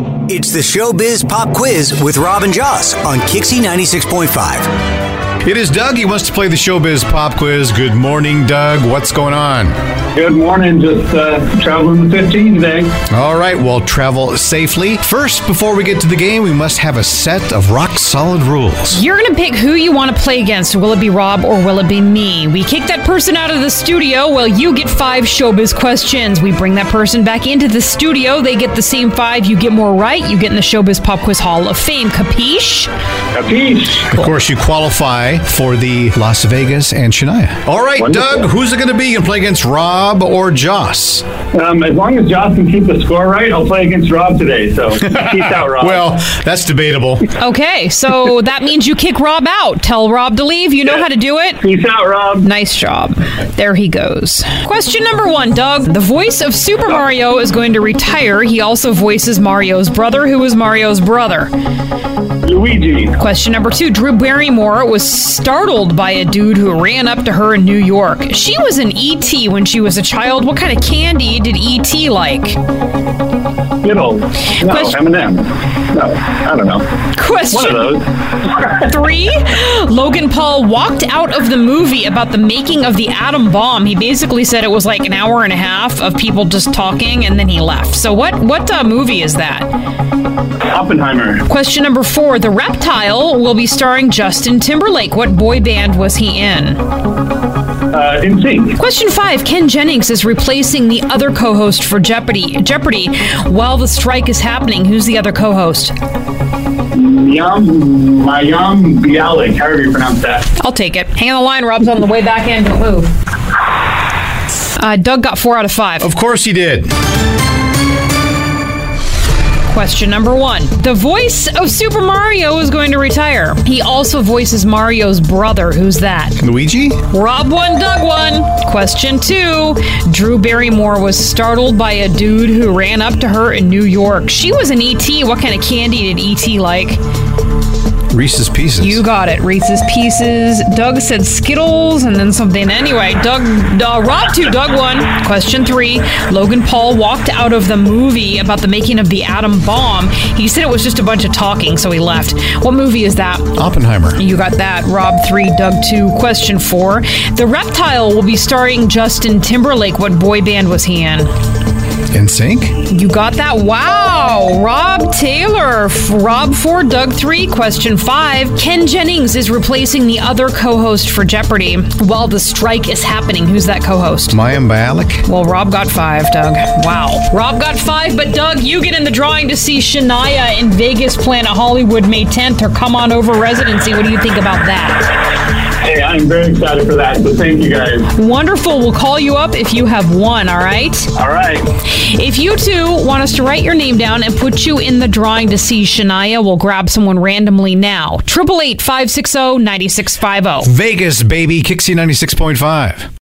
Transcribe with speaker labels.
Speaker 1: It's the Showbiz Pop Quiz with Robin Joss on Kixie 96.5.
Speaker 2: It is Doug. He wants to play the Showbiz Pop Quiz. Good morning, Doug. What's going on?
Speaker 3: Good morning. Just uh, traveling the 15 today.
Speaker 2: All right, well, travel safely. First, before we get to the game, we must have a set of rock solid rules.
Speaker 4: You're going to pick who you want to play against. Will it be Rob or will it be me? We kick that person out of the studio. Well, you get five showbiz questions. We bring that person back into the studio. They get the same five. You get more right. You get in the Showbiz Pop Quiz Hall of Fame. Capiche?
Speaker 3: A piece.
Speaker 2: Of course, you qualify for the Las Vegas and Shania. All right,
Speaker 3: Wonderful.
Speaker 2: Doug, who's it going to be? You can play against Rob or Joss.
Speaker 3: Um, as long as Josh can keep the score right, I'll play against Rob today. So peace out, Rob.
Speaker 2: Well, that's debatable.
Speaker 4: Okay, so that means you kick Rob out. Tell Rob to leave. You know how to do it.
Speaker 3: peace out, Rob.
Speaker 4: Nice job. There he goes. Question number one, Doug. The voice of Super Mario is going to retire. He also voices Mario's brother, who is Mario's brother.
Speaker 3: Luigi.
Speaker 4: Question number two Drew Barrymore was startled by a dude who ran up to her in New York. She was an ET when she was a child. What kind of candy did ET like?
Speaker 3: Fiddle. No,
Speaker 4: Question-
Speaker 3: Eminem. No, I don't know. One of
Speaker 4: Question
Speaker 3: those.
Speaker 4: three Logan Paul walked out of the movie about the making of the atom bomb. He basically said it was like an hour and a half of people just talking and then he left. So, what, what uh, movie is that?
Speaker 3: Oppenheimer.
Speaker 4: Question number four The Reptile will be starring Justin Timberlake. What boy band was he in?
Speaker 3: Uh, in sync.
Speaker 4: Question five: Ken Jennings is replacing the other co-host for Jeopardy. Jeopardy, while the strike is happening, who's the other co-host?
Speaker 3: Yum. Mayam Bialik. However you pronounce that.
Speaker 4: I'll take it. Hang on the line, Rob's on the way back in. Don't move. Uh, Doug got four out of five.
Speaker 2: Of course, he did.
Speaker 4: Question number one: The voice of Super Mario is going to retire. He also voices Mario's brother. Who's that?
Speaker 2: Luigi?
Speaker 4: Rob one, Doug one. Question two Drew Barrymore was startled by a dude who ran up to her in New York. She was an ET. What kind of candy did ET like?
Speaker 2: Reese's Pieces.
Speaker 4: You got it. Reese's Pieces. Doug said Skittles and then something. Anyway, Doug, uh, Rob two, Doug one. Question three Logan Paul walked out of the movie about the making of the atom bomb. He said it was just a bunch of talking, so he left. What movie is that?
Speaker 2: Oppenheimer.
Speaker 4: You got that. Rob 3, Doug 2. Question 4. The Reptile will be starring Justin Timberlake. What boy band was he in?
Speaker 2: In sync?
Speaker 4: You got that. Wow. Rob Taylor. F- Rob 4, Doug 3. Question 5. Ken Jennings is replacing the other co host for Jeopardy while the strike is happening. Who's that co host?
Speaker 2: Mayim Bialik?
Speaker 4: Well, Rob got five, Doug. Wow. Rob got five, but Doug, you get in the drawing to see Shania in Vegas Planet Hollywood May 10th or come on over residency. What do you think about that?
Speaker 3: Hey, I'm very excited for that. So thank you guys.
Speaker 4: Wonderful. We'll call you up if you have one, all right?
Speaker 3: All right.
Speaker 4: If you too want us to write your name down and put you in the drawing to see Shania, we'll grab someone randomly now. 888 560 9650. oh.
Speaker 2: Vegas, baby. Kixie 96.5.